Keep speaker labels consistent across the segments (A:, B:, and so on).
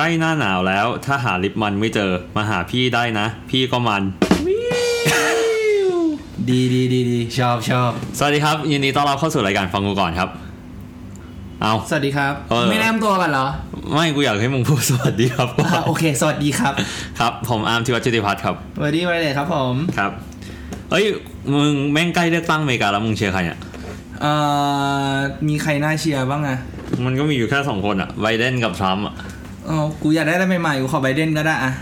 A: ล้หน้าหนาวแล้ว ถ้าหาลิปมันไม่เจอ มาหาพี่ได้นะ พี่ก็มัน
B: ดีดีดีดีชอบชอบ
A: สวัสดีครับ ยินดีต้อนรับเข้าสู่รายการฟังกูก่อนครับ เอา
B: สวัสดีครับ
A: เออ
B: ไม่แนะนำตัวกันเหรอ
A: ไม่กูอยากให้มึงพูดส วัสดีครับก่อ
B: อ่ านโอเค สวัสดีครับ
A: ครับ ผมอาร์มธิวัชชุติพัฒน์ครับ
B: สวัสดีวันเลยครับผม
A: ครับ เอ้ย มึงแม่งใกล้เลือกตั้งอเมริกาแล้วมึงเชียร์ใครอ่ะ
B: เอ่อมีใครน่าเชียร์บ้างอะ
A: มันก็มีอยู่แค่สองคนอ่ะ ไบเดนกับทรัมป์อ่ะ
B: เออกูอยากได้อะไรใหม่ๆกูขอไบเดนก็ได้อะ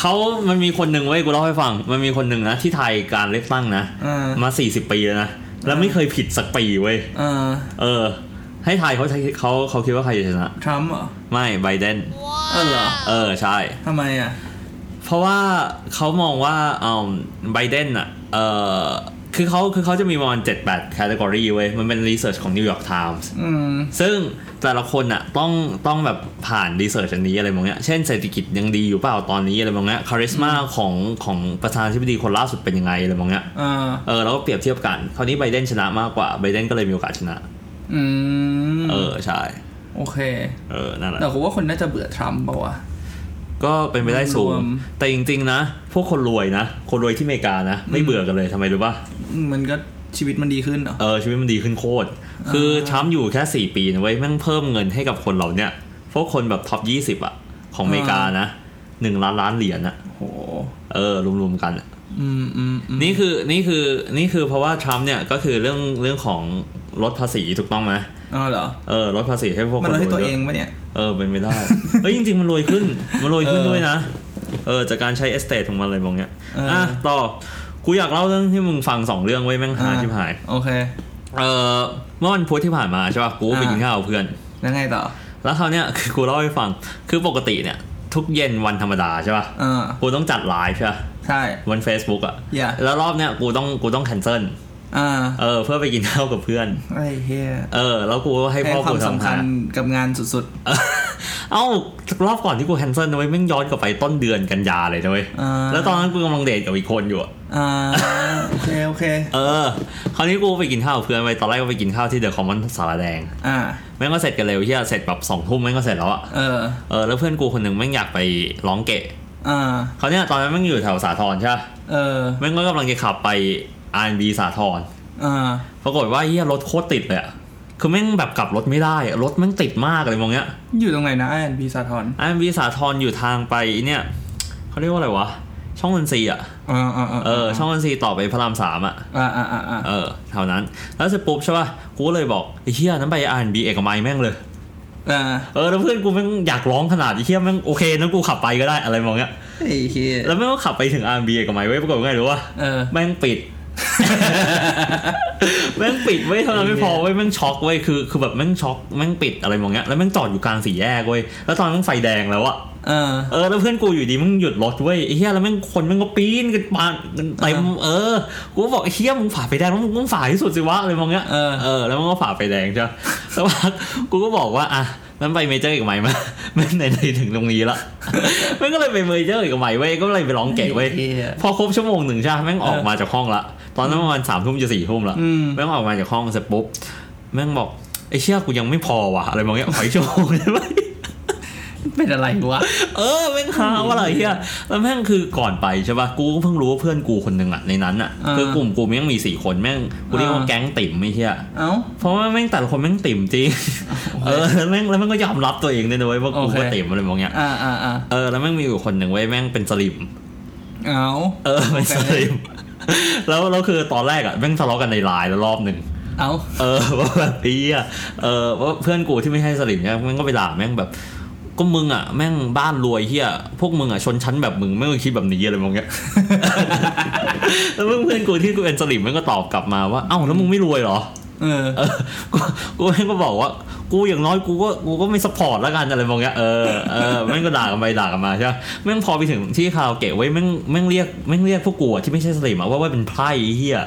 A: เขามันมีคนหนึ่งเว้ยกูเล่าให้ฟัง มันมีคนหนึ่งนะที่ไทยการเลือกตั้งนะ
B: เออ
A: มา 40 ปีแล้วนะ แล้วไม่เคยผิดสักปีเว้ย
B: เออ
A: เออ ให้ทายเขาใช้เขาเขาคิดว่าใครจะชนะ
B: ทรัมป์เหรอ
A: ไม่ไบเดน
B: เออเหรอ
A: เออ ใช่
B: ทำไมอะ
A: เพราะว่าเขามองว่าเอ่อไบเดนอ่ะเออคือเขาคือเขาจะมีประมาณ 7-8 แคตตากรีเว้ย มันเป็นรีเสิร์ชของ New York Times
B: อืม
A: ซึ่งแต่ละคนอ่ะต้องต้องแบบผ่านรีเสิร์ชอันนี้อะไรบางอย่างเช่นเศรษฐกิจยังดีอยู่เปล่าตอนนี้อะไรบางอย่างคาริสมาของของประธานาธิบดีคนล่าสุดเป็นยังไงอะไรบางอย่าง
B: เออ
A: เออแล้วก็เปรียบเทียบกันคราวนี้ไบเดนชนะมากกว่าไบเดนก็เลยมีโอกาสชนะ
B: อืม
A: เออใช่
B: โอเค
A: เออนั่นแหละ
B: แต่กูว่าคนน่าจะเบื่อทรัมป์ป่าวะ
A: ก็เป็นไปได้สู
B: รง วม
A: แต่จริง ๆ นะ พวกคนรวยนะ คนรวยที่อเมริกานะ ไม่เบื่อกันเลยทำไมรู้ป่ะ
B: มันก็ชีวิตมันดีขึ้นเหรอ
A: เออชีวิตมันดีขึ้นโคตร คือทรัมป์อยู่แค่ 4 ปีนะเว้ยแม่งเพิ่มเงินให้กับคนเราเนี่ย พวกคนแบบท็อป 20 อ่ะ ของอเมริกานะหนึ่งล้านล้านเหรียญอ่ะ
B: โห
A: เออ รวมๆกันอะ
B: อืมอืมอืม
A: นี่คือนี่คือนี่คือเพราะว่าทรัมป์เนี่ย ก็คือเรื่องเรื่องของลดภาษีถูกต้องไหม
B: อ๋อเหรอ
A: เออลดภาษีให้พวกค
B: มัน
A: นร
B: เรา
A: ว
B: ให้
A: ย
B: ตัว
A: ด้ว
B: เอย งปะเนี่ย
A: เออเป็นไม่ได้ เฮ้ยจริง ๆ มันรวยขึ้น มันรวยขึ้น
B: เออ
A: ด้วยนะ เออจากการใช้เอสเตทของมันอะไรบางอย่าง
B: เอออ่
A: อ่ะต่อกูอยากเล่าเรื่องที่มึงฟังสองเรื่องไว้ยแม่ง หาชิบหาย
B: โอเค
A: เออเมื่อวันพุธที่ผ่านมาใช่ป่ะกูก็ไป
B: อ่ากิ
A: กินข้าวกับเพื่อน
B: แล้วไงต่อ
A: แล้วคราวเนี้ย คือกูเล่าให้ฟังคือปกติเนี่ย ทุกเย็นวันธรรมดาใช่ป่ะ
B: เออ
A: กูต้องจัดไลฟ์ใช่ป่ะ
B: ใช่
A: บน Facebook อะ
B: อย่า
A: แล้วรอบเนี้ยกูต้องกูต้องแคนเซิล
B: อ่า
A: เออเพื่อไปกินข้าวกับเพื่อน
B: ไอ้เฮีย
A: เออ แล้วกูให้
B: ให้
A: พ่อ
B: ควา
A: กู
B: มสำ
A: ทำ
B: คั
A: งา
B: ญ
A: น
B: กับงานสุด
A: เออเอ้ารอบก่อนที่กูแคนเซิลนะเว้ยแม่งย้อนกลับไปต้นเดือนกันยาเลยนะเว้ย
B: ๆอ่า
A: แล้วตอนนั้นกูกำลังเดทกับอีกคนอยู่อะ
B: อ่า โอเค โอเค
A: เออคราวนี้กูไปกินข้าวกับเพื่อนไปตอนแรกก็ไปกินข้าวที่เดอะคอมมอนสารแดง
B: อ่า
A: แม่งก็เสร็จกันเร็วเฮียเสร็จแบบสองทุ่มแม่งก็เสร็จแล้วอะ
B: เออ
A: เออแล้วเพื่อนกูคนหนึ่งแม่งอยากไปร้องเกะ
B: อ่า
A: เขาวเนี่ยตอนนั้นแม่งอยู่แถวสาทรใช่ปะ
B: เออ
A: แม่งก็กำลังจะขับไป R&B สาทร
B: อ่า
A: ปรากฏว่าเฮียรถโคตรติดเลยอะคือแม่งแบบกลับรถไม่ได้อะรถแม่งติดมากเลยมองเนี้ย
B: อยู่ตรงไหนนะไอแอนพีสาทร
A: R&B สาทรอยู่ทางไปเนี่ยเขาเรียกว่าอะไรวะ ช่องนนทรีย์อะ
B: อ่าอ่าอ่า
A: เออช่องนนทรีย์ต่อไปพระรามสามอะ
B: อ่าอ่าอ่าอ่า
A: เออแถวนั้น แล้วเสร็จปุ๊บใช่ป่ะกูก็เลยบอกไอ้เฮียนั้นไป R&B เอกมัยแม่งเลย
B: อ่า
A: เออแล้วเพื่อนกูแม่งอยากร้องขนาดไอ้เฮียแม่งโอเคนั้นกูขับไปก็ได้อะไรมองเนี้ย
B: ไอ้เฮีย
A: แล้วแม่งก็ขับไปถึง R&B เอกมัยไว้ยปรากฏว่าไงรู้ว่า
B: เออ
A: แม่งปิด แม่งปิดไว้ยเท่านั้นไม่พอไว้ยแม่งช็อกไว้ยคือคือแบบแม่งช็อกแม่งปิดอะไรมองเงี้ยแล้วแม่งจอดอยู่กลางสี่แยกเว้ยแล้วตอนนั้นไฟแดงแล้วอะ
B: เออ
A: เออแล้วเพื่อนกูอยู่ดีมึงหยุดรถเว้ยไอ้เหี้ยแล้วแม่งคนแม่งก็ปีนกันปานกันเต็มเออกูก็บอกไอ้เหี้ยมึงฝ่าไฟแดงแล้วมึงต้องฝ่าที่สุดสิวะอะไรมองเงี้ย
B: เออ
A: เออแล้วมันก็ฝ่าไฟแดงใช่ปะ แล้วกูก็บอกว่าอ่ะนั้นไปเมเจอร์อีกไหมมา แม่งไหนๆถึงตรงนี้ละ แม่งก็เลยไปเมเจอร์อีกไหมเว้ยก็เลยไปร้องเก๋เว้ย
B: ไอ้หี้
A: พอครบชั่วโมงหนึ่งใช่ไหมแม่งออกมาจากห้องละ ตอนนั้นประมาณสามทุ่มจะสี่ทุ่มละ
B: อืม
A: แม่งออกมาจากห้องเสร็จปุ๊บ แม่งบอกไอ้เชี่ยกูยังไม่พอว่ะ อะไรบางอย่างขออีกชั่วโมงได้ไหม
B: เป็นอะไรวะ
A: เออแม่งห าว่าอะไรเชี่ยแล้วแม่งคือก่อนไปใช่ป่ะ กูก็เพิ่งรู้ว่าเพื่อนกูคนหนึ่งอ่ะในนั้นอ่ะ
B: อ่า
A: คือกลุ่มกูแม่งมีสี่คนแม่งกูเรียกว่า
B: อ่า
A: แก๊งติ่มไม่เชี่ย
B: เอ้า
A: เพราะว่าแม่งแต่ละคนแม่งติ่มจริง เออแล้วแม่งแล้วแม่งก็ยอมรับตัวเองด้วยนะเว้ยว่ากู
B: โอเค
A: ก็ติ่มอะไรบางอย่าง
B: อ่าอ่าอ่า
A: เออแล้วแม่งมีอยู่คนหนึ่งเว้ยแม่งเป็นสลิม
B: เอ้า
A: เออเป็นสลิม แล้วแล้วคือตอนแรกอ่ะแม่งทะเลาะกันในไลน์แล้วรอบหนึ่ง
B: เอ้า
A: เออ ว่าแบบไอ้เหี้ยเออว่าเพื่อนกูที่ไม่ให้สลิมเนี่ยแม่งก็ไปด่าแม่งแบบ ก็มึงอ่ะแม่งบ้านรวยเฮียพวกมึงอ่ะชนชั้นแบบมึงไม่เคยคิดแบบนี้อะไรมองเงี้ย แล้วเพื่อนเพื่อนกูที่กูเป็นสลิมแม่งก็ตอบกลับมาว่าเอ้าแล้วมึงไม่รวยเหรอ
B: เออ
A: เออ กูกูแม่งก็บอกว่า กูอย่างน้อยกูก็กูก็ไม่สปอร์ตแล้วกันอะไรมองเงี้ยเออเออแม่งก็ด่ากันไปด่ากันมาใช่ปะแม่งพอไปถึงที่คาราโอเกะไว้ยแม่งแม่งเรียกแม่งเรียกพวกกูอะที่ไม่ใช่สลิมอะว่าว่าเป็นไพร่ไอ้เฮีย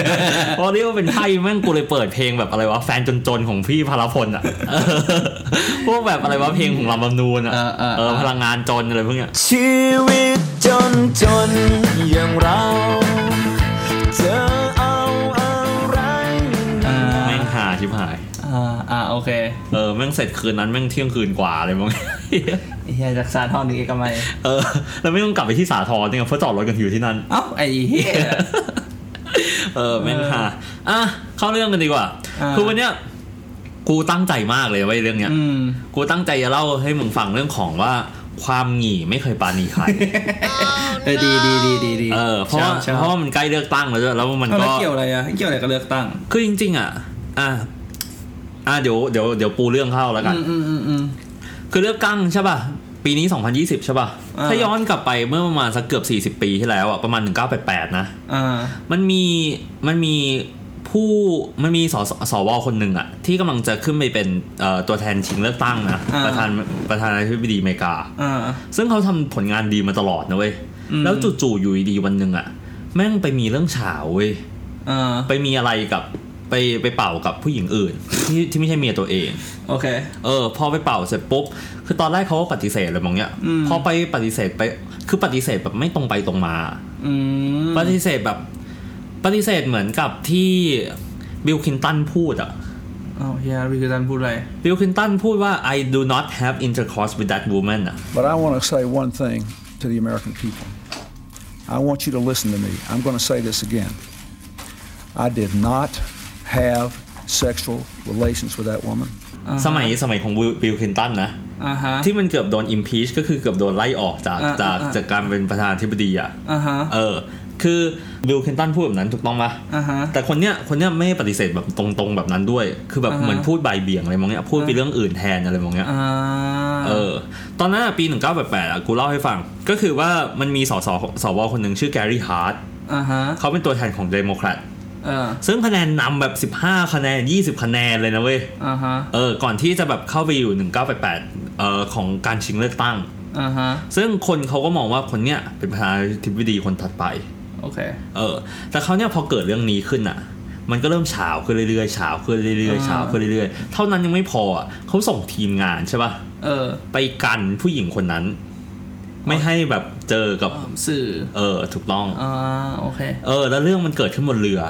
A: พอเรียกว่าเป็นไพ่แม่งกูเลยเปิดเพลงแบบอะไรวะแฟนจนๆของพี่พารพลอ่ะ เออพวกแบบอะไรวะเพลงของลำบำนูนอ่ะ
B: เออเออเออ
A: พลังงานจนอะไรพวกเนี้ย
C: ชีวิตจนจนอย่างเราจะเอาอะไร
B: อ่า
A: แม่งหาชิบหาย
B: อ่าอ่าโอเค
A: เออ แม่งเสร็จคืนนั้นแม่งเที่ยงคืนกว่าอะไรมั้ง
B: ไอ้เฮียจากสาทรถึงเอกมัย
A: เออแล้วไม่ต้องกลับไปที่สาทรเนี่ยเพราะจอดรถกันอยู่ที่นั่น
B: เอ้าไอ้เฮีย
A: เออแม่งค่ะอ่ะเข้าเรื่องกันดีกว่า
B: อ่า
A: คือวันเนี้ยกูตั้งใจมากเลยไว้ยเรื่องเนี้ย
B: อืม
A: กูตั้งใจจะเล่าให้มึงฟังเรื่องของว่าความหงี่ไม่เคยปราณี ใคร
B: เออดีดีดีดีดี
A: เออเพราะว่า
B: ชอบชอบ
A: เพราะว่ามันใกล้เลือกตั้งแล้วด้วยแล้วมัน
B: เอาแล้
A: ก็
B: วเกี่ยวอะไรอ่ะเกี่ยวอะไรกับเลือกตั้ง
A: คือจริง ๆ อ่ะ อ่ะอ่ะเดี๋ยวเดี๋ยวเดี๋ยวปูเรื่องเข้าแล้วกัน
B: อืมอืมอืมอืม
A: คือเลือกตั้งใช่ป่ะ ปีนี้ 2020 ใช่ป่ะ
B: อ่า
A: ถ้าย้อนกลับไปเมื่อประมาณสักเกือบ 40 ปีที่แล้วอ่ะ ประมาณ 1988 นะ
B: อ่า
A: มันมีมันมีผู้มันมีสสสวคนหนึ่งอะที่กำลังจะขึ้นไปเป็นเอ่อตัวแทนชิงเลือกตั้งนะ
B: า
A: ประธานประธานาธิบดีอเมริกา
B: อ่า
A: ซึ่งเขาทำผลงานดีมาตลอดนะเว้ย
B: อืม
A: แล้วจู่ๆอยู่ดีๆวันหนึ่งอะแม่งไปมีเรื่องเฉาวเว้ย
B: อ่า
A: ไปมีอะไรกับไปไปเป่ากับผู้หญิงอื่น ที่ที่ไม่ใช่เมียตัวเอง
B: โอเค
A: เออพอไปเป่าเสร็จปุ๊บ คือตอนแรกเขาก็ปฏิเสธเลยมองเนี้ย
B: อืม
A: พอไปปฏิเสธไปคือปฏิเสธแบบไม่ตรงไปตรงมา
B: อืม
A: ปฏิเสธแบบปฏิเสธเหมือนกับที่บิลคินตันพูดอะ
B: เอ้าเฮียวิคือการพูดอะไร
A: บิลคินตันพูดว่า I do not have intercourse with that woman อะ
D: But I want to say one thing to the American people. I want you to listen to me. I'm going to say this again. I did not have sexual relations with that woman.
B: อ่าฮะ
A: สมัยสมัยของบิลคินตันนะ
B: อ่าฮะ
A: ที่มันเกือบโดน impeach ก็คือเกือบโดนไล่ออกจาก
B: อ่า
A: จาก
B: อ่า
A: จากการเป็นประธานาธิบดีอะ
B: อ่าฮะ
A: เออ คือบิลคินตันพูดแบบนั้นถูกต้องปะ
B: อ่าฮะ
A: แต่คนเนี้ยคนเนี้ยไม่ปฏิเสธแบบตรงๆแบบนั้นด้วย คือแบบ
B: อ่าฮะ
A: เหมือนพูดใบายเบี่ยงอะไรมองเนี้ย พูดไปเรื่องอื่นแทนอะไรมองเนี้ย
B: อ่า
A: เออ ตอนนั้นอะปี 1988อะกูเล่าให้ฟัง ก็คือว่ามันมีสสสวคนหนึ่งชื่อแกรี่ฮาร์ด
B: อ่าฮะ
A: เขาเป็นตัวแทนของเดโมแครต
B: เออ
A: ซึ่งคะแนนนำแบบ 15 คะแนน 20 คะแนนเลยนะเว้ย
B: อ่าฮะ
A: เออ ก่อนที่จะแบบเข้าไปอยู่ 1988เอ่อของการชิงเลือกตั้ง
B: อ่าฮะ
A: ซึ่งคนเขาก็มองว่าคนเนี้ยเป็นประธานาธิบดีคนถัดไป
B: โอเค
A: เออ แต่เขาวเนี่ยพอเกิดเรื่องนี้ขึ้นอ่ะ มันก็เริ่มเฉาวขึ้นเรื่อยๆเฉาวขึ้นเรื่อยๆ
B: อ่า
A: เฉาวขึ้นเรื่อยๆ เท่านั้นยังไม่พออ่ะเขาส่งทีมงานใช่ป่ะ
B: เออ
A: ไปกันผู้หญิงคนนั้น ไม่ให้แบบเจอกับ
B: อ่าสื่อ
A: เออ ถูกต้อง
B: อ่าโอเค
A: เออ แล้วเรื่องมันเกิดขึ้นบนเรือ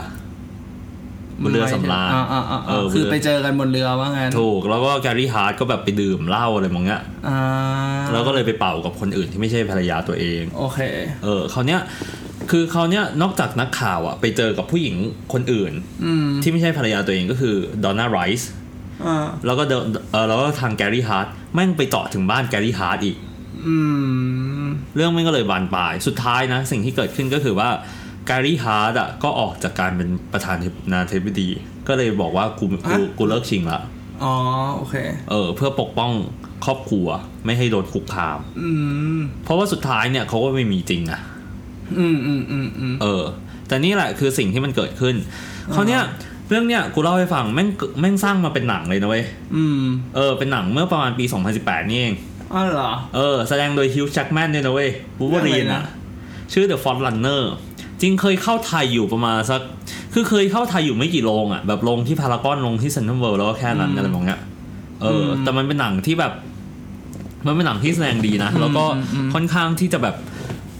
A: บนเรือสำราญ
B: อ่าอ่าอ่า
A: เออ
B: คือ
A: น
B: บ
A: เรือ
B: ไปเจอกันบนเรือว่างั้น
A: ถูก แล้วก็แกรี่ฮาร์ดก็แบบไปดื่มเหล้าอะไรมองเงี้ย
B: อ่า
A: แล้วก็เลยไปเป่ากับคนอื่นที่ไม่ใช่ภรรยาตัวเอง
B: โอเค
A: เออเขาวเนี้ย คือเขาวเนี้ยนอกจากนักข่าวอ่ะไปเจอกับผู้หญิงคนอื่น
B: อืม
A: ที่ไม่ใช่ภรรยาตัวเองก็คือดอนน่าไรส์
B: อ่า
A: แล้วก็เดินเออแล้วก็ทางแกรี่ฮาร์ดแม่งไปเจาะถึงบ้านแกรี่ฮาร์ดอีก
B: อืม
A: เรื่องแม่งก็เลยบานปลายสุดท้ายนะ สิ่งที่เกิดขึ้นก็คือว่าแกรี่ฮาร์ดอ่ะก็ออกจากการเป็นประธานนาธิบดี ก็เลยบอกว่ากูกู
B: ฮะ
A: กูเลิกชิงละ
B: อ๋อโอเค
A: เออเพื่อปกป้องครอบครัวไม่ให้โดนคุกคาม
B: อืม
A: เพราะว่าสุดท้ายเนี่ยเขาก็ไม่มีจริงอะ
B: อืมอืมอืมอืม
A: เออ แต่นี่แหละคือสิ่งที่มันเกิดขึ้นเขาวเนี้ยเรื่องเนี้ยกูเล่าให้ฟังแม่งแม่งสร้างมาเป็นหนังเลยนะเว้ย
B: อืม
A: เออเป็นหนังเมื่อประมาณปี 2018 นี่เอง
B: อ๋อเหรอ
A: เออ แสดงโดยฮิวจ์แจ็กแมนเนี่ยนะเว้ยบูเบอรีน
B: เรื่องอะไร
A: อะ
B: นะ
A: ชื่อ The f o r t Runner จริงเคยเข้าไทยอยู่ประมาณสัก คือเคยเข้าไทยอยู่ไม่กี่โรงอะแบบโรงที่พารากอนโรงที่เซ็นทรัลเวิลด์แล้วก็แค่นั้นอะไรแบบเนี้ยเอออ แต่มันเป็นหนังที่แบบ มันเป็นหนังที่แสดงดีนะ แล้วก็ค่อนข้างที่จะแบบ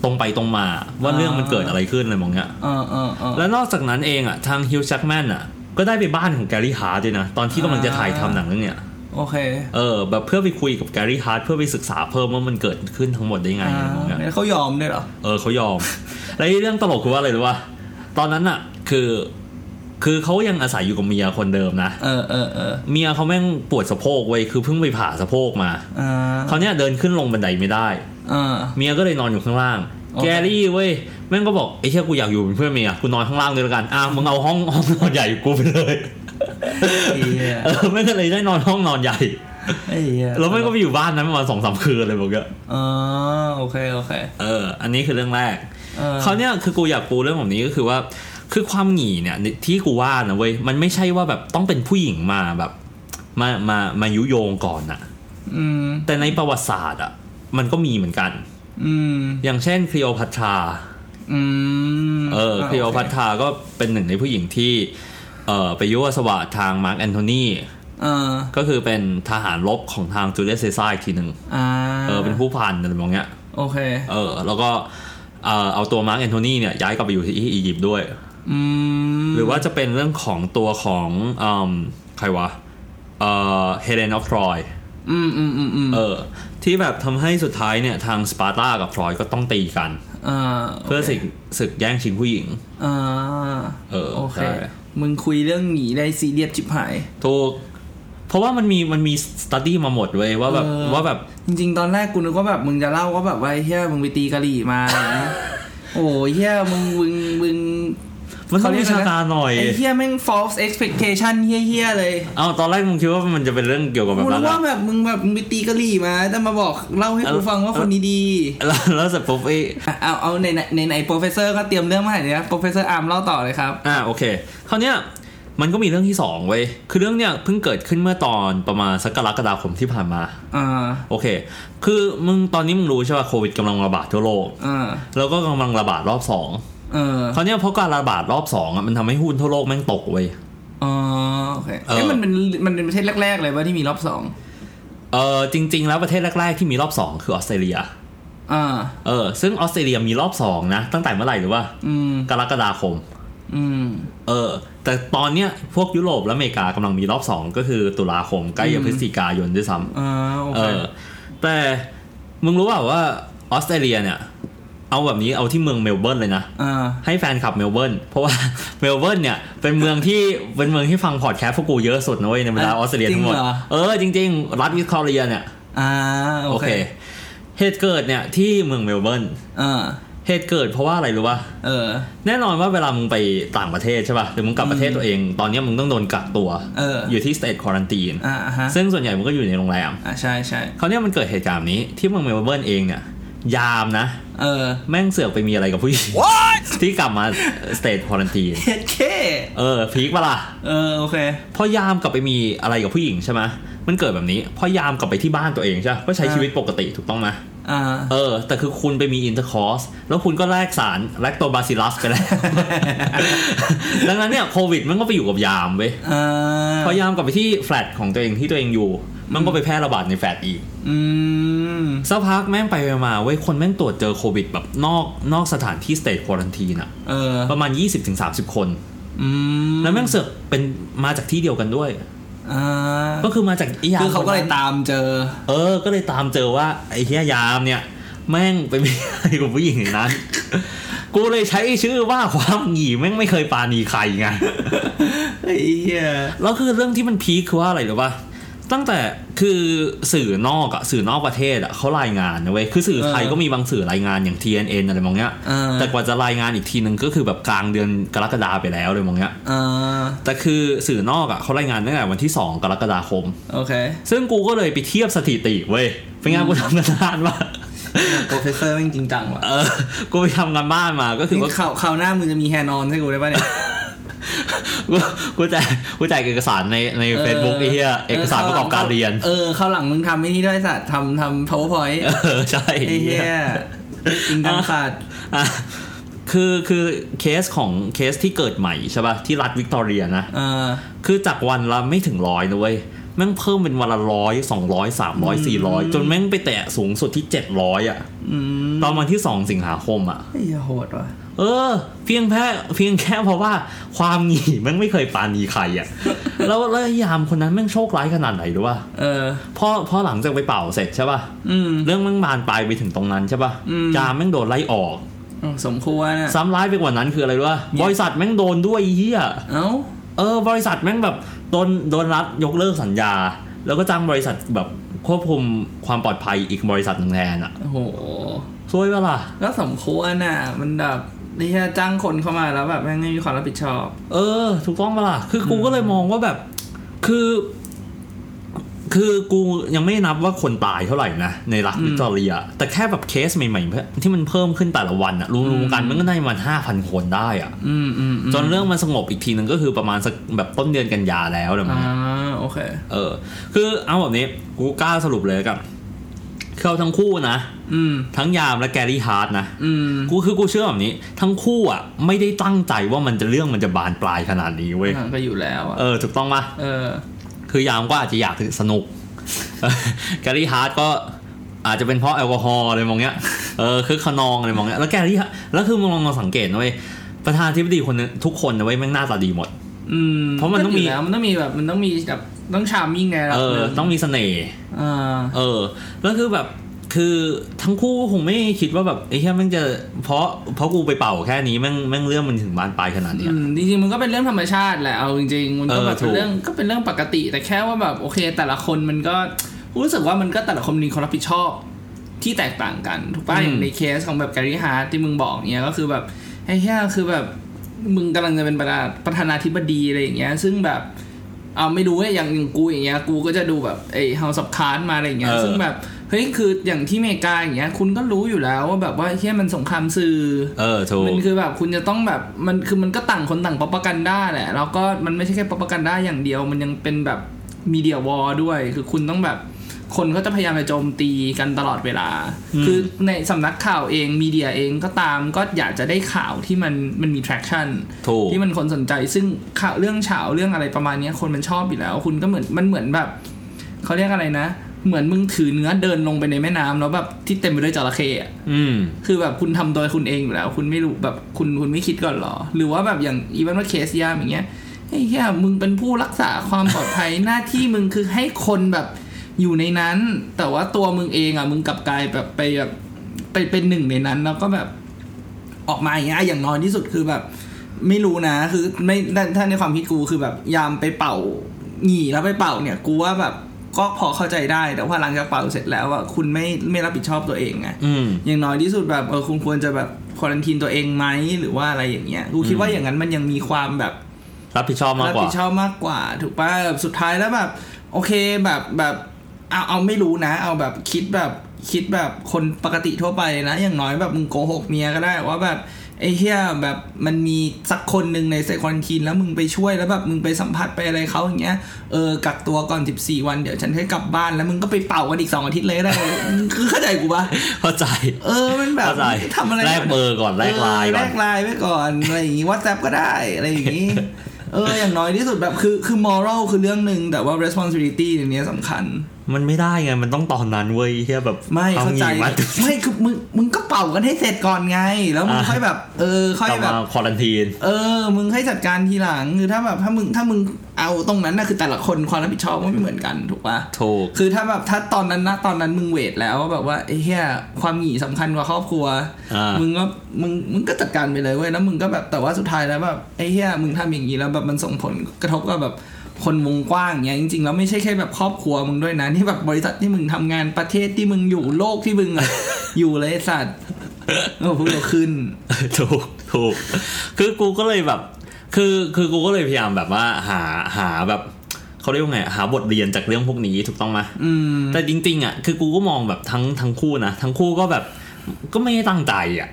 A: ตรงไปตรงมา ว่าเรื่องมันเกิดอะไรขึ้นอะไรแบบเนี้ย
B: เออเออเออ
A: แล้วนอกจากนั้นเองอะทางฮิวจ์แจ็กแมนอะก็ได้ไปบ้านของแกรี่ฮาร์ดด้วยนะ ตอนที่กำลังจะถ่ายทำหนังเรื่องเนี้ย
B: โอเค
A: เออแบบเพื่อไปคุยกับแกรี่ฮาร์ดเพื่อไปศึกษาเพิ่มว่ามันเกิดขึ้นทั้งหมดได้ไง
B: อ่า
A: อะไรพวกเนี้ย
B: แล้วเขายอมด้วยเหรอ
A: เออเขายอม แล้วไอ้เรื่องตลกคือว่าอะไรรู้ป่ะตอนนั้นอะคือ คือเขายังอาศัยอยู่กับเมียคนเดิมนะ
B: เออเออเออ
A: เมียเขาแม่งปวดสะโพกเว้ยคือเพิ่งไปผ่าสะโพกมา
B: อ่า
A: เขาวเนี่ยเดินขึ้นลงบันไดไม่ได้
B: อ่า
A: เมียก็เลยนอนอยู่ข้างล่าง
B: โอเค
A: แกรี่เว้ยแม่งก็บอกไอ้เชี่ยกูอยากอยู่เป็นเพื่อนเมียกูนอนข้างล่างเลยละกันอ่ะมึงเอาห้องห้องนอนใหญ่กูไปเลย
B: เหี้ย
A: เออแม่งก็เลยได้นอนห้องนอนใหญ่
B: ไอ้เหี้ย
A: แล้วแม่งก็ไปอยู่บ้านนั้นประมาณสองสามคืนอะไรแบบเนี้ย
B: อ๋อโอเคโอเค
A: เออ อันนี้คือเรื่องแรก
B: เออ
A: เขาวเนี่ยคือกูอยากปูเรื่องแบบนี้ก็คือว่า คือความหงี่เนี่ยที่กูว่านะเว้ย มันไม่ใช่ว่าแบบต้องเป็นผู้หญิงมาแบบมามามายุโยงก่อนอะ
B: อืม
A: แต่ในประวัติศาสตร์อะมันก็มีเหมือนกัน
B: อืม
A: อย่างเช่นคลีโอพัทรา
B: อืม
A: เออคลีโอพัทราก็เป็นหนึ่งในผู้หญิงที่เออไปยั่วสวาททางมาร์กแอนโทนี
B: เออ
A: ก็คือเป็นทหารรบของทางจูเลียสเซซ่าอีกทีหนึ่ง
B: อ่า
A: เออเป็นผู้พันอะไรแบบเนี้ย
B: โอเค
A: เออ แล้วก็เออเอาตัวมาร์กแอนโทนีเนี่ยย้ายกลับไปอยู่ที่อียิปต์ด้วย
B: อืม
A: หรือว่าจะเป็นเรื่องของตัวของอมใครวะ เอ่อเฮเลนออฟทรอย
B: อืมอืมอืมอืม
A: เออที่แบบทำให้สุดท้ายเนี่ยทางสปาร์ตากับทรอยก็ต้องตีกัน
B: อ่า
A: เพื่อศึกศึกแย่งชิงผู้หญิง
B: อ่า
A: เออ
B: โอเค
A: ใช่
B: มึงคุยเรื่องหนีได้ซีเรียสจิบหาย
A: ถูกเพราะว่ามันมีมันมีสตัดดี้มาหมดเว้ยว่าแบบ
B: เออ
A: ว่าแบบ
B: จริง ๆ ตอนแรกกูนึกว่าแบบมึงจะเล่าว่าแบบว่าไอ้เฮียมึงไปตีกะหรี่มาอะไรเงี้ยโอ้ยเฮียมึงมึงมึง
A: มันต้อง
B: เขเรียะ
A: วิชา
B: ไะ
A: การหน่อย
B: ไอ้เฮียแม่ง false expectation เฮี้ยๆเลย
A: เอาตอนแรกมึงคิดว่ามันจะเป็นเรื่องเกี่ยวกับแบ
B: กู
A: บนั้
B: รู้
A: น
B: ว่า
A: อะ
B: แบบมึงแบบมึงไปตีกะหรี่มาแต่มาบอกเล่าให้กู
A: เออ
B: ฟังว่าคนนี้ดี
A: แล้วแล้วเสร็จปุ๊บไอ้
B: อ่ะเอาเอาในในในไหนโปรเฟสเซอร์ก็เตรียมเรื่องมาให้เนี่ยโปรเฟสเซอร์อาร์มเล่าต่อเลยครับ
A: อ่าโอเคคราวเนี้ยมันก็มีเรื่องที่สองเว้ยคือเรื่องเนี้ยเพิ่งเกิดขึ้นเมื่อตอนประมาณสักกรกฎาคมที่ผ่านมา
B: อ่า
A: โอเค คือมึงตอนนี้มึงรู้ใช่ป่ะโควิดกำลังระบาดทั่วโลก
B: อ่า
A: แล้วก็กำลังระบาดรอบสอง
B: เออ
A: คราวเนี้ยเพราะการระบาดรอบสองอ่ะมันทำให้หุ้นทั่วโลกแม่งตกเว้ย
B: อ๋อโอเค
A: เออ
B: เอ้ยมันเป็นมันเป็นประเทศแรกๆเลยว่าที่มีรอบสอง
A: เออจริง ๆ แล้วประเทศแรก ๆ ที่มีรอบสองคือออสเตรเลีย
B: อ่า
A: เออซึ่งออสเตรเลียมีรอบสองนะตั้งแต่เมื่อไหร่หรือว่า
B: อืม
A: กรกฎาคม
B: อืม
A: เออ แต่ตอนเนี้ยพวกยุโรปและอเมริกากำลังมีรอบสองก็คือตุลาคมใกล้จะพฤศจิกายนด้วยซ้ำ
B: อ่าโอ
A: เอ
B: เค
A: อแต่มึงรู้เปล่าว่าออสเตรเลียเนี่ย เอาแบบนี้เอาที่เมืองเมลเบิร์นเลยนะ
B: อ่า
A: ให้แฟนคลับเมลเบิร์นเพราะว่า เมลเบิร์นเนี่ย เป็นเมืองที่เป็นเมืองที่ฟังพอดแคสต์พวกกูเยอะสุดนะเว้ยในบรรดาออสเตรเลียทั้งหมด เออ จริง ๆ รัฐวิคตอเรียเนี่ย
B: อ่าโอ
A: โอ
B: เค
A: เค เหตุเกิดเนี่ย ที่เมืองเมลเบิร์น
B: อ่า
A: เหตุเกิดเพราะว่าอะไรรู้ป่ะ
B: เออ
A: แน่นอนว่าเวลามึงไปต่างประเทศใช่ป่ะหรือมึงกลับประเทศตัวเอง ตอนเนี้ยมึงต้องโดนกักตัว
B: เอออ
A: ยู่ที่ state quarantine
B: อ่าฮะ
A: ซึ่งส่วนใหญ่มึงก็อยู่ในโรงแรม
B: อ่าใช่ใช่
A: เขาวเนี่ยมันเกิดเหตุการณ์แบบนี้ที่เมืองเมลเบิร์นเองเนี่ย ยามนะ
B: เออ
A: แม่งเสือกไปมีอะไรกับผู้หญิงที่กลับมาสเตทควอรันตีน
B: เฮ็ดเค
A: เออพีคปะล่ะ
B: เออโอเค
A: พอยามกลับไปมีอะไรกับผู้หญิงใช่ไหมมันเกิดแบบนี้พอยามกลับไปที่บ้านตัวเองใช่ปะก็ใช้ชีวิตปกติถูกต้องไหม
B: อ่า
A: เออ แต่คือคุณไปมีอินเตอร์คอร์สแล้วคุณก็แลกสารแลคโตบาซิลัสไปแล้ว ดังนั้นเนี่ยโควิดมันก็ไปอยู่กับยามเว้ย
B: อ่า
A: พอยามกลับไปที่แฟลตของตัวเองที่ตัวเองอยู่ มันก็ไปแพร่ระบาดในแฟลตอีก
B: อืม
A: สักพักแม่งไปไปมาเว้ยคนแม่งตรวจเจอโควิดแบบนอกนอกสถานที่สเตทควอรันทีน่ะ
B: เออ
A: ประมาณ 20-30 คน
B: อืม
A: แล้วแม่งเสือกเป็นมาจากที่เดียวกันด้วย
B: อ่า
A: ก็คือมาจากไอ้ยาม
B: คือเขาก็เลย
A: นนั้น
B: ตามเจอ
A: เออ ก็เลยตามเจอว่า ไอ้เฮียยามเนี่ย แม่งไปมีอะไรกับผู้หญิงอย่างนั้น กูเลยใช้ชื่อว่าความหยีแม่งไม่เคยปาณีใครไง
B: เฮ้ยเหี้ย
A: แล้วคือเรื่องที่มันพีคคือว่าอะไรหรือปะตั้งแต่คือสื่อนอกอะสื่อนอกประเทศอะเขารายงานนะเว้ยคือสื่อไทยก็มีบางสื่อรายงานอย่าง TNN อะไรมองเนี้ย
B: อ่า
A: แต่กว่าจะรายงานอีกทีนึงก็คือแบบกลางเดือนกรกฎาไปแล้วเลยมองเนี้ย
B: อ่า
A: แต่คือสื่อนอกอะเขารายงานตั้งแต่วันที่ 2 กรกฎาคม
B: โอเค
A: ซึ่งกูก็เลยไปเทียบสถิติเว้ยเป็นไงานกูทำกันบ้านมา
B: โปรเฟสเซอร์แม่งจริงจังว่ะ
A: เออกูไปทำกันบ้านมาก็ คือว่า
B: ข่าวข่าวหน้ามึงจะมีแฮนอนให้กูได้ป่ะเนี่ย
A: กูกูแจกกูแจกเอกสารในในเฟซบุ๊กไอ้เหี้ยเอกสารประกอบการเรียน
B: เออเข้าหลังมึงทำไอ้นี่ด้วยสัตว์ทำทำ powerpoint
A: เออใช่
B: ไอ้เหี้ยจริงจังสัตว์
A: อ่ะคือคือเคสของเคสที่เกิดใหม่ใช่ป่ะที่รัฐวิกตอเรียนะ
B: เออ
A: คือจากวันละไม่ถึงร้อยนะเว้ยแม่งเพิ่มเป็นวันละร้อยสองร้อยสามร้อยสี่ร้อยจนแม่งไปแตะสูงสุดที่เจ็ดร้อยอ่ะตอนวันที่สองสิงหาคมอ่ะ
B: ไอ้เหี้ยโหดว่ะ
A: เออ เพียงแค่เพียงแค่เพราะว่าความหนีแม่งไม่เคยปานีใครอ่ะ แล้วแล้วยามคนนั้นแม่งโชคร้ายขนาดไหนรู้ป่ะ
B: เออ
A: พอพอหลังจากไปเป่าเสร็จใช่ป่ะ
B: อืม
A: เรื่องแม่งบานปลายไปถึงตรงนั้นใช่ป่ะ
B: อืม
A: ยามแม่งโดนไล่ออก
B: สมควรอ่ะ
A: ซ้ำร้ายไปกว่านั้นคืออะไรรู้ป่ะบริษัทแม่งโดนด้วยไอ้เฮีย
B: เอ้า
A: เออบริษัทแม่งแบบโดนโดนรัฐยกเลิกสัญญา แล้วก็จ้างบริษัทแบบควบคุมความปลอดภัยอีกบริษัทหนึ่งแทนอะ
B: โอ้โห
A: ซวยเปะล่ะ
B: ก็สมควรอ่ะ มันแบบไอ้เหี้ยจ้างคนเข้ามาแล้วแบบแม่งไม่มีความรับผิดชอบ
A: เออ ถูกต้องเปะล่ะคือกูก็เลยมองว่าแบบ คือ คือกูยังไม่นับว่าคนตายเท่าไหร่นะในรัฐวิกตอเรีย แต่แค่แบบเคสใหม่ๆที่มันเพิ่มขึ้นแต่ละวันอะรวมๆกันมันก็ได้ประมาห้าพันคนได้อะ
B: อืมอืมอืม
A: จนเรื่องมันสงบอีกทีนึงก็คือประมาณสักแบบต้นเดือนกันยาแล้วอะไรประมาณ
B: อ่า
A: เนี้ย
B: โอเค
A: เออ คือเอาแบบนี้ กูกล้าสรุปเลยกับเขาทั้งคู่นะ
B: อืม
A: ทั้งยามและแกรี่ฮาร์ดนะ
B: อืม
A: กูคือกูเชื่อแบบนี้ ทั้งคู่อ่ะ ไม่ได้ตั้งใจว่ามันจะเรื่องมันจะบานปลายขนาดนี้เว้ย
B: อ่ะก็อยู่แล้วอ่ะ
A: เออ ถูกต้องปะ
B: เออ
A: คือยามก็อาจจะอยากสนุก แกรี่ฮาร์ดก็อาจจะเป็นเพราะแอลกอฮอล์อะไรมองเงี้ย เออคือขนองอะไรมองเงี้ย แล้วแกรี่ฮาร์ทแล้วคือมึงลองมาสังเกตนะเว้ย ประธานาธิบดีคนนึงทุกคนนะเว้ยแม่งหน้าตาดีหมด
B: อืม
A: เพราะมันต้องมี
B: ก็ยู่แล้วมันต้องมีแบบมันต้องมีแบบ ต้องชาร์มมิ่งในระดั
A: เอบ
B: ห
A: อ
B: นึ่ง
A: ต้องมีเสน่ห์
B: เออ
A: เออ แล้วคือแบบ คือทั้งคู่ก็คงไม่คิดว่าแบบไอ้แค่แม่งจะ เพราะ เพราะกูไปเป่าแค่นี้แม่งแม่งเรื่องมันถึงบานปลายขนาดเนี้ย
B: อืมจริงๆมันก็เป็นเรื่องธรรมชาติแหละเอาจริงๆมันก็แบบ
A: เออถูก
B: เป็นเรื่องก็เป็นเรื่องปกติ แต่แค่ว่าแบบโอเค แต่ละคนมันก็รู้สึกว่ามันก็แต่ละคนมีความรับผิดชอบที่แตกต่างกันถูกป่ะอย่างในเคสของแบบแกรี่ฮาร์ทที่มึงบอกเนี่ยก็คือแบบไอ้แค่คือแบบมึงกำลังจะเป็นประธาประธานาธิบดีอะไรอย่างเงี้ย ซึ่งแบบเอาไม่รู้ว่าอย่างอย่างกูอย่างเงี้ยกูก็จะดูแบบไอ้ House of Cards มาอะไรอย่างเงี้ย
A: เออ
B: ซึ่งแบบเฮ้ยคืออย่างที่อเมริกาอย่างเงี้ยคุณก็รู้อยู่แล้วว่าแบบว่าไอ้เฮียมันสงครามสื่อ
A: เออ ถูก
B: มันคือแบบคุณจะต้องแบบมันคือมันก็ต่างคนต่างปปกันด้าแหละแล้วก็มันไม่ใช่แค่ปปกันด้าอย่างเดียว มันยังเป็นแบบมีเดียวอด้วย คือคุณต้องแบบคนก็จะพยายามจะโจมตีกันตลอดเวลา คือในสำนักข่าวเองมีเดียเองก็ตามก็อยากจะได้ข่าวที่มันมันมี traction
A: ถูก
B: ที่มันคนสนใจซึ่งข่าวเรื่องเฉาวเรื่องอะไรประมาณเนี้ยคนมันชอบอยู่แล้ว คุณก็เหมือนมันเหมือนแบบเขาเรียกอะไรนะ เหมือนมึงถือเนื้อเดินลงไปในแม่น้ำแล้วแบบที่เต็มไปด้วยจระเข้อะ
A: อืม
B: คือแบบคุณทำโดยคุณเองอยู่แล้ว คุณไม่รู้แบบคุณคุณไม่คิดก่อนเหรอ หรือว่าแบบอย่างอีเวนต์ว่าเคสยามอย่างเงี้ยไอ้แค่มึงเป็นผู้รักษาความปลอดภัย หน้าที่มึงคือให้คนแบบอยู่ในนั้น แต่ว่าตัวมึงเองอ่ะมึงกลับกลายแบบไปแบบไปเป็นหนึ่งในนั้นแล้วก็แบบออกมาอย่างเงี้ยอย่างน้อยที่สุดคือแบบ ไม่รู้นะ คือไม่ถ้าถ้าในความคิดกูคือแบบยามไปเป่าหงี่แล้วไปเป่าเนี่ยกูว่าแบบก็พอเข้าใจได้แต่ว่าหลังจากเป่าเสร็จแล้วอ่ะคุณไม่ไม่รับผิดชอบตัวเองไง
A: อืม
B: อย่างน้อยที่สุดแบบเออคุณควรจะแบบควอรันทีนตัวเองไหมหรือว่าอะไรอย่างเงี้ยกูคิดว่าอย่างนั้นมันยังมีความแบบ
A: รับผิดชอบมาก
B: รับ
A: กว่า
B: ผิดชอบมากกว่า ถูกป่ะแบบสุดท้ายแล้วแบบ โอเคแบบแบบเอาเอาไม่รู้นะ เอาแบบคิดแบบคิดแบบคนปกติทั่วไปนะ อย่างน้อยแบบมึงโกหกเมียก็ได้ว่าแบบไอ้เหี้ยแบบมันมีสักคนหนึ่งในสายควอรันทีนแล้วมึงไปช่วยแล้วแบบมึงไปสัมผัสไปอะไรเขาอย่างเงี้ยเออกักตัวก่อน 14 วันเดี๋ยวฉันค่อยกลับบ้านแล้วมึงก็ไปเป่ากันอีกสองอาทิตย์เลยก็ได้ คือเข้าใจกูปะ
A: เข้าใจ
B: เออ มันแบบ
A: เข้าใจ
B: ทำอะไร
A: แลกเบอร์ก่อนแลกไลน์ก่อน
B: เแลกไลน์ไว้ก่อน อะไรอย่างงี้ว t s แ p p ก็ได้อะไรอย่างงี้ เออ อย่างน้อยที่สุดแบบคือคือ moral คือเรื่องหนึ่งแต่ว่า responsibility ในเนี้ยสำคัญ
A: มันไม่ได้ไง มันต้องตอนนั้นเว้ยเฮียแบบ
B: ไม่เข้าใจ
A: องี้มา
B: ไม่คือมึงมึงก็เป่ากันให้เสร็จก่อนไง แล้วมึงค่อยแบบ เออ ค่อย
A: กลับ
B: แบ
A: มา
B: บ
A: ควอรันทีน
B: เออ มึงให้จัดการทีหลังคือถ้าแบบถ้ามึงถ้ามึงเอาตรงนั้นนะคือแต่ละคนความรับผิดชอบมันไม่เหมือนกันถูกปะ
A: ถูก
B: คือถ้าแบบถ้าตอนนั้นนะตอนนั้นมึงเวทแล้วว่าแบบว่าไอ้เหี้ยความหงี่สำคัญกว่าครอบครัว
A: อ่ามึ
B: มึงก็มึงมึงก็จัดการไปเลยเว้ยแล้วมึงก็แบบแต่ว่าสุดท้ายแล้วแบบไอ้เหี้ยมึงทำอย่างนี้แล้วแบบมันส่งผลกระทบกับแบบคนวงกว้างอย่างเงี้ยจริงๆแล้วไม่ใช่แค่แบบครอบครัวมึงด้วยนะนี่แบบบริษัทที่มึงทำงานประเทศที่มึงอยู่โลกที่มึง อะ อยู่เลยไอ้สัตว์โอ้โหพูดเราขึ้น
A: ถูกถูกคือกูก็เลยแบบ คือคือกูก็เลยพยายามแบบว่าหาหาแบบเขาเรียกว่าไงหาบทเรียนจากเรื่องพวกนี้ถูกต้องไหม
B: อืม
A: แต่จริงๆอ่ะคือกูก็มองแบบทั้งทั้งคู่นะทั้งคู่ก็แบบก็ไม่ได้ตั้งใจอ่ะ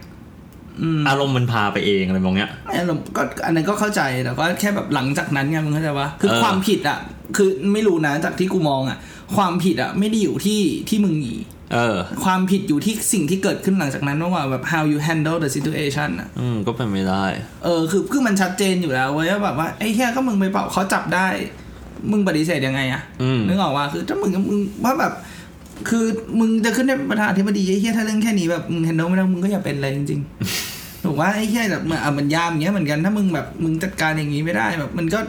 A: อารมณ์มันพาไปเองอะไรมองเนี้ย
B: ไอ้อารมณ์ก็อันนั้นก็เข้าใจแต่ก็แค่แบบหลังจากนั้นไงมึงเข้าใจปะคือ
A: เออ
B: ความผิดอ่ะ คือไม่รู้นะจากที่กูมองอ่ะ ความผิดอ่ะไม่ได้อยู่ที่ที่มึงหนี
A: เออ
B: ความผิดอยู่ที่สิ่งที่เกิดขึ้นหลังจากนั้นว่าแบบ how you handle the situation อ่ะ
A: อืมก็เป็นไม่ได้
B: เออคือคือมันชัดเจนอยู่แล้วเว้ยว่าแบบว่าไอ้แค่ก็มึงไปเป่าเขาจับได้ มึงปฏิเสธยังไงอ่ะ
A: อืม
B: นึกออกว่าคือถ้ามึงมึงว่าแบบ คือมึงจะขึ้นได้เป็นประธานาธิบดีไอ้เหี้ยถ้าเรื่องแค่นี้แบบมึง handle ไม่ได้มึงก็อย่าเป็นเลยจริงๆ ถูกว่าไอ้แค่แบบเหมือนอ่ะมันยามอย่างเงี้ยเหมือนกันถ้ามึงแบบมึงจัดการอย่างนี้ไม่ได้แบบ มันก็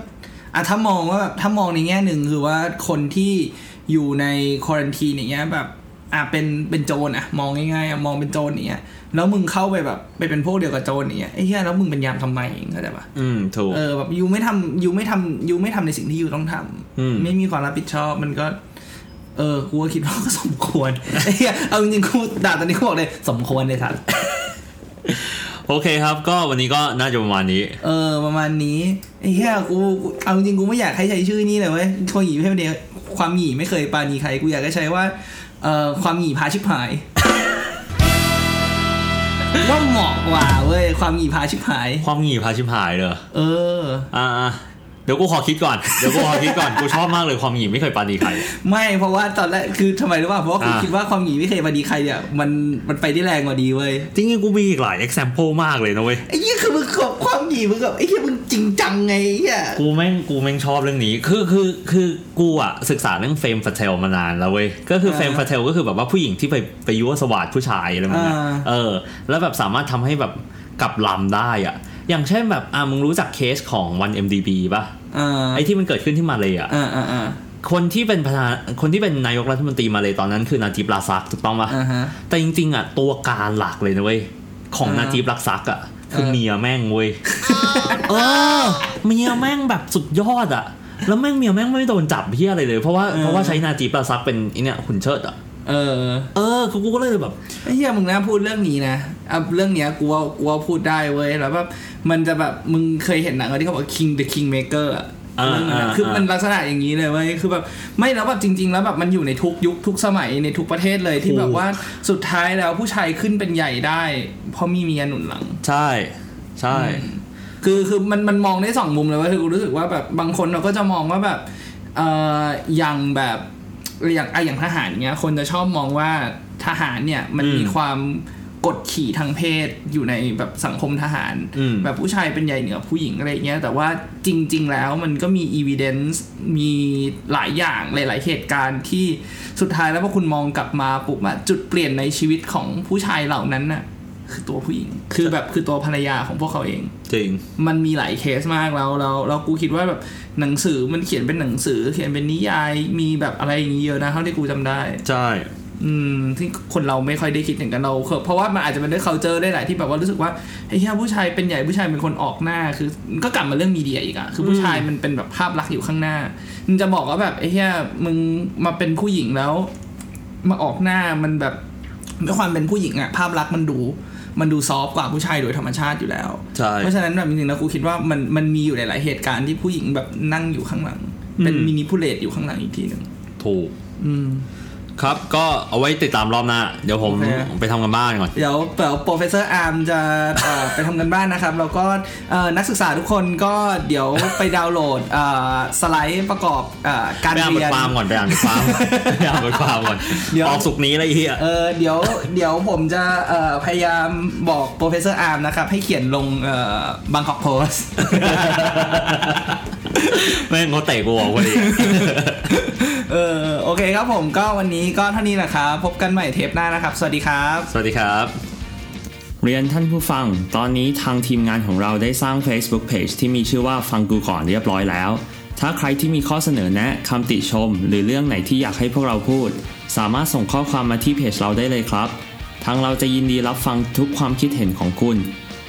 B: อ่ะถ้ามองว่าแบบถ้ามองในแง่หนึ่งคือว่าคนที่อยู่ในควอรันทีอย่างเงี้ยแบบอ่ะเป็นเป็นโจรอ่ะมองง่ายๆอ่ะมองเป็นโจรอย่างเงี้ยแล้วมึงเข้าไปแบบไปเป็นพวกเดียวกับโจรอย่างเงี้ยไอ้แค่แล้วมึงเป็นยามทำไมเองเข้าใจปะ
A: อืมถูก
B: เออแบบยูไม่ทำยูไม่ทำยูไม่ทำในสิ่งที่ยูต้องทำ
A: อืม
B: ไม่มีความรับผิดชอบมันก็ เออกูก็คิดว่าก็สมควรไอ้เหี้ยเอาจริงๆกูด่าตอนนี้กูบอกเลยสมควรเลยทัด
A: โอเคครับ ก็วันนี้ก็น่าจะประมาณนี้
B: เออ ประมาณนี้ไอ้แค่กูกูเอาจริงกูไม่อยากให้ใช้ชื่อนี่เลยเว้ยความหยีไม่ให้เดียวความหยีไม่เคยปราณีใครกูอยากจะใช้ว่าเอ่อความหยีพาชิบหาย ว่าเหมาะกว่าเว้ยความหยีพาชิบหาย
A: ความหงี่พาชิบหายเลย
B: เออ
A: อ่าอ่าเดี๋ยวกูขอคิดก่อน เดี๋ยวกูขอคิดก่อน กูชอบมากเลยความหงี่ไม่เคยปราณีใคร
B: ไม่เพราะว่าตอนแรกคือทำไมรู้ป่ะเพราะว่ากู
A: อ่า
B: คิดว่าความหยีไม่เคยปราณีใครเนี่ยมันมันไปได้แรงกว่าดีเว้ย
A: จริงๆกูมีอีกหลาย example มากเลยนะเว้ย
B: ไอ้เหี้ยคือมึงกับความหยีมึงกับไอ้เหี้ยมึงจริงจังไงไอ้เหี้ย
A: กูแม่งกูแม่งชอบเรื่องนี้ คือคือคือกูอะศึกษาเรื่องเฟรมฟาเทลมานานแล้วเว้ย ก็คือ
B: อ่า
A: เฟรมฟาเทลก็คือแบบว่าผู้หญิงที่ไปไปยั่วสวัสดผู้ชายอะไรแบบนั้น
B: อ่า
A: เออ แล้วแบบสามารถทำให้แบบกลับลำได้อะอย่างเช่นแบบอ่ะมึงรู้จักเคสของ 1MDB ป่ะ
B: อ่า
A: ไอที่มันเกิดขึ้นที่มาเลยอะ
B: อ่าอ่า
A: คนที่เป็นประธานคนที่เป็นนายกรัฐมนตรีมาเลยตอนนั้นคือนาจีบลาซักถูกต้องปะ
B: อ่าฮะ
A: แต่จริงๆอ่ะตัวการหลักเลยนะเว้ยของ
B: อ่าฮะ
A: นาจีบลักซักอ่ะคือ
B: เออ
A: เมียแม่งเว้ยเออเมียแม่งแบบสุดยอดอ่ะ แล้วแม่งเมียแม่งไม่โดนจับเพี้ยอะไรเลย เพราะว่าเพราะว่าใช้นาจีบลาซักเป็นไอเนี่ยขุนเชิดอ่ะ
B: เออ
A: เออคือกูก็เลยแบบ
B: ไอ้เฮียมึงนะพูดเรื่องนี้นะอ่ะเรื่องเนี้ยกูว่ากูว่าพูดได้เว้ยแล้วแบบมันจะแบบมึงเคยเห็นหนังที่เขาบอก King the Kingmaker อะ
A: อ่า
B: เรื่องนั้นอะ
A: อ่า
B: คือมันลักษณะอย่างนี้เลยเว้ยคือแบบไม่แล้วแบบจริง ๆ แล้วแบบมันอยู่ในทุกยุคทุกสมัยในทุกประเทศเลยที่แบบว่าสุดท้ายแล้วผู้ชายขึ้นเป็นใหญ่ได้ เพราะมีเมียหนุนหลัง
A: ใช่ใช่
B: คือคือมันมันมองได้สองมุมเลยว่าคือกูรู้สึกว่าแบบบางคนเราก็จะมองว่าแบบเอ่ออย่างแบบอย่างอะอย่างทหารเงี้ยคนจะชอบมองว่าทหารเนี่ยมัน
A: อืม
B: มีความกดขี่ทางเพศอยู่ในแบบสังคมทหาร
A: อืม
B: แบบผู้ชายเป็นใหญ่เหนือผู้หญิงอะไรเงี้ยแต่ว่าจริง ๆ แล้วมันก็มี evidence มีหลายอย่างหลาย ๆ เหตุการณ์ที่สุดท้ายแล้วพอคุณมองกลับมาปุ๊บอะจุดเปลี่ยนในชีวิตของผู้ชายเหล่านั้นน่ะคือตัวผู้หญิง คือแบบคือตัวภรรยาของพวกเขาเอง
A: จริง
B: มันมีหลายเคสมากแล้วแล้วแล้วกูคิดว่าแบบหนังสือมันเขียนเป็นหนังสือ เขียนเป็นนิยายมีแบบอะไรอย่างนี้เยอะนะเท่าที่กูจำได้
A: ใช่
B: อืมที่คนเราไม่ค่อยได้คิดอย่างกันเราเคยเพราะว่ามันอาจจะเป็นด้วย culture ได้แหละที่แบบว่ารู้สึกว่าไอ้เหี้ยผู้ชายเป็นใหญ่ผู้ชายเป็นคนออกหน้า คือก็กลับมาเรื่องมีเดียอีกอะคือผู้ชายมันเป็นแบบภาพลักษณ์อยู่ข้างหน้ามึงจะบอกว่าแบบไอ้เหี้ยมึงมาเป็นผู้หญิงแล้ว มาออกหน้ามันแบบด้วยความเป็นผู้หญิงอะภาพลักษณ์มันดูมันดูซอฟต์กว่าผู้ชายโดยธรรมชาติอยู่แล้ว
A: ใช่
B: เพราะฉะนั้นแบบจริงๆแล้วครูคิดว่ามันมันมีอยู่หลาย ๆ เหตุการณ์ที่ผู้หญิงแบบนั่งอยู่ข้างหลัง เป็น
A: อืม
B: มินิพูเลตอยู่ข้างหลังอีกทีหนึ่ง
A: ถูกครับก็เอาไว้ติดตามรอบหน้า เดี๋ยวผม
B: โอเค
A: ไปทำกันบ้านก่อน
B: เดี๋ยวเดี๋ยวโปรเฟสเซอร์อาร์มจะเอ่อ ไปทำกันบ้านนะครับ แล้วก็เอ่อนักศึกษาทุกคนก็เดี๋ยวไปดาวน์โหลดเอ่อสไลด์ประกอบเอ่อการ
A: ไปอ่านบ
B: เรี
A: ท
B: ยน
A: ความก่อนไปอ่านบทความไปอ่านบทความก่อน
B: เดี๋ยว
A: ออกสุกร์นี้แล้วไอ้เหี้ย
B: เออเดี๋ยวเดี๋ยวผมจะเอ่อพยายามบอกโปรเฟสเซอร์อาร์มนะครับ ให้เขียนลงบังคอกโพส
A: แม่งเขาเตะกูออกพอดี
B: เออโอเคครับผมก็วันนี้ก็เท่านี้แหละครับ พบกันใหม่เทปหน้านะครับ สวัสดีครับ
A: สวัสดีครับ
E: เรียนท่านผู้ฟัง ตอนนี้ทางทีมงานของเราได้สร้าง Facebook Page ที่มีชื่อว่าฟังกูก่อนเรียบร้อยแล้ว ถ้าใครที่มีข้อเสนอแนะคำติชม หรือเรื่องไหนที่อยากให้พวกเราพูด สามารถส่งข้อความมาที่เพจเราได้เลยครับ ทางเราจะยินดีรับฟังทุกความคิดเห็นของคุณ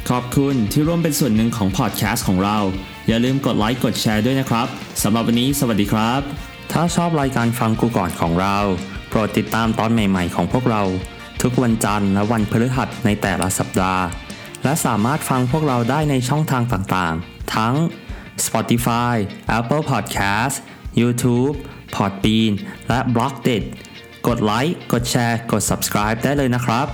E: ขอบคุณที่ร่วมเป็นส่วนหนึ่งของพอดแคสต์ของเรา อย่าลืมกดไลค์กดแชร์ด้วยนะครับสำหรับวันนี้สวัสดีครับ ถ้าชอบรายการฟังกูก่อนของเรา โปรดติดตามตอนใหม่ ๆ ของพวกเรา ทุกวันจันทร์และวันพฤหัสในแต่ละสัปดาห์ และสามารถฟังพวกเราได้ในช่องทางต่างๆ ทั้ง Spotify, Apple Podcast, YouTube, Podbean และ b l o c k d i t กดไลค์ กดแชร์ กด subscribe ได้เลยนะครับ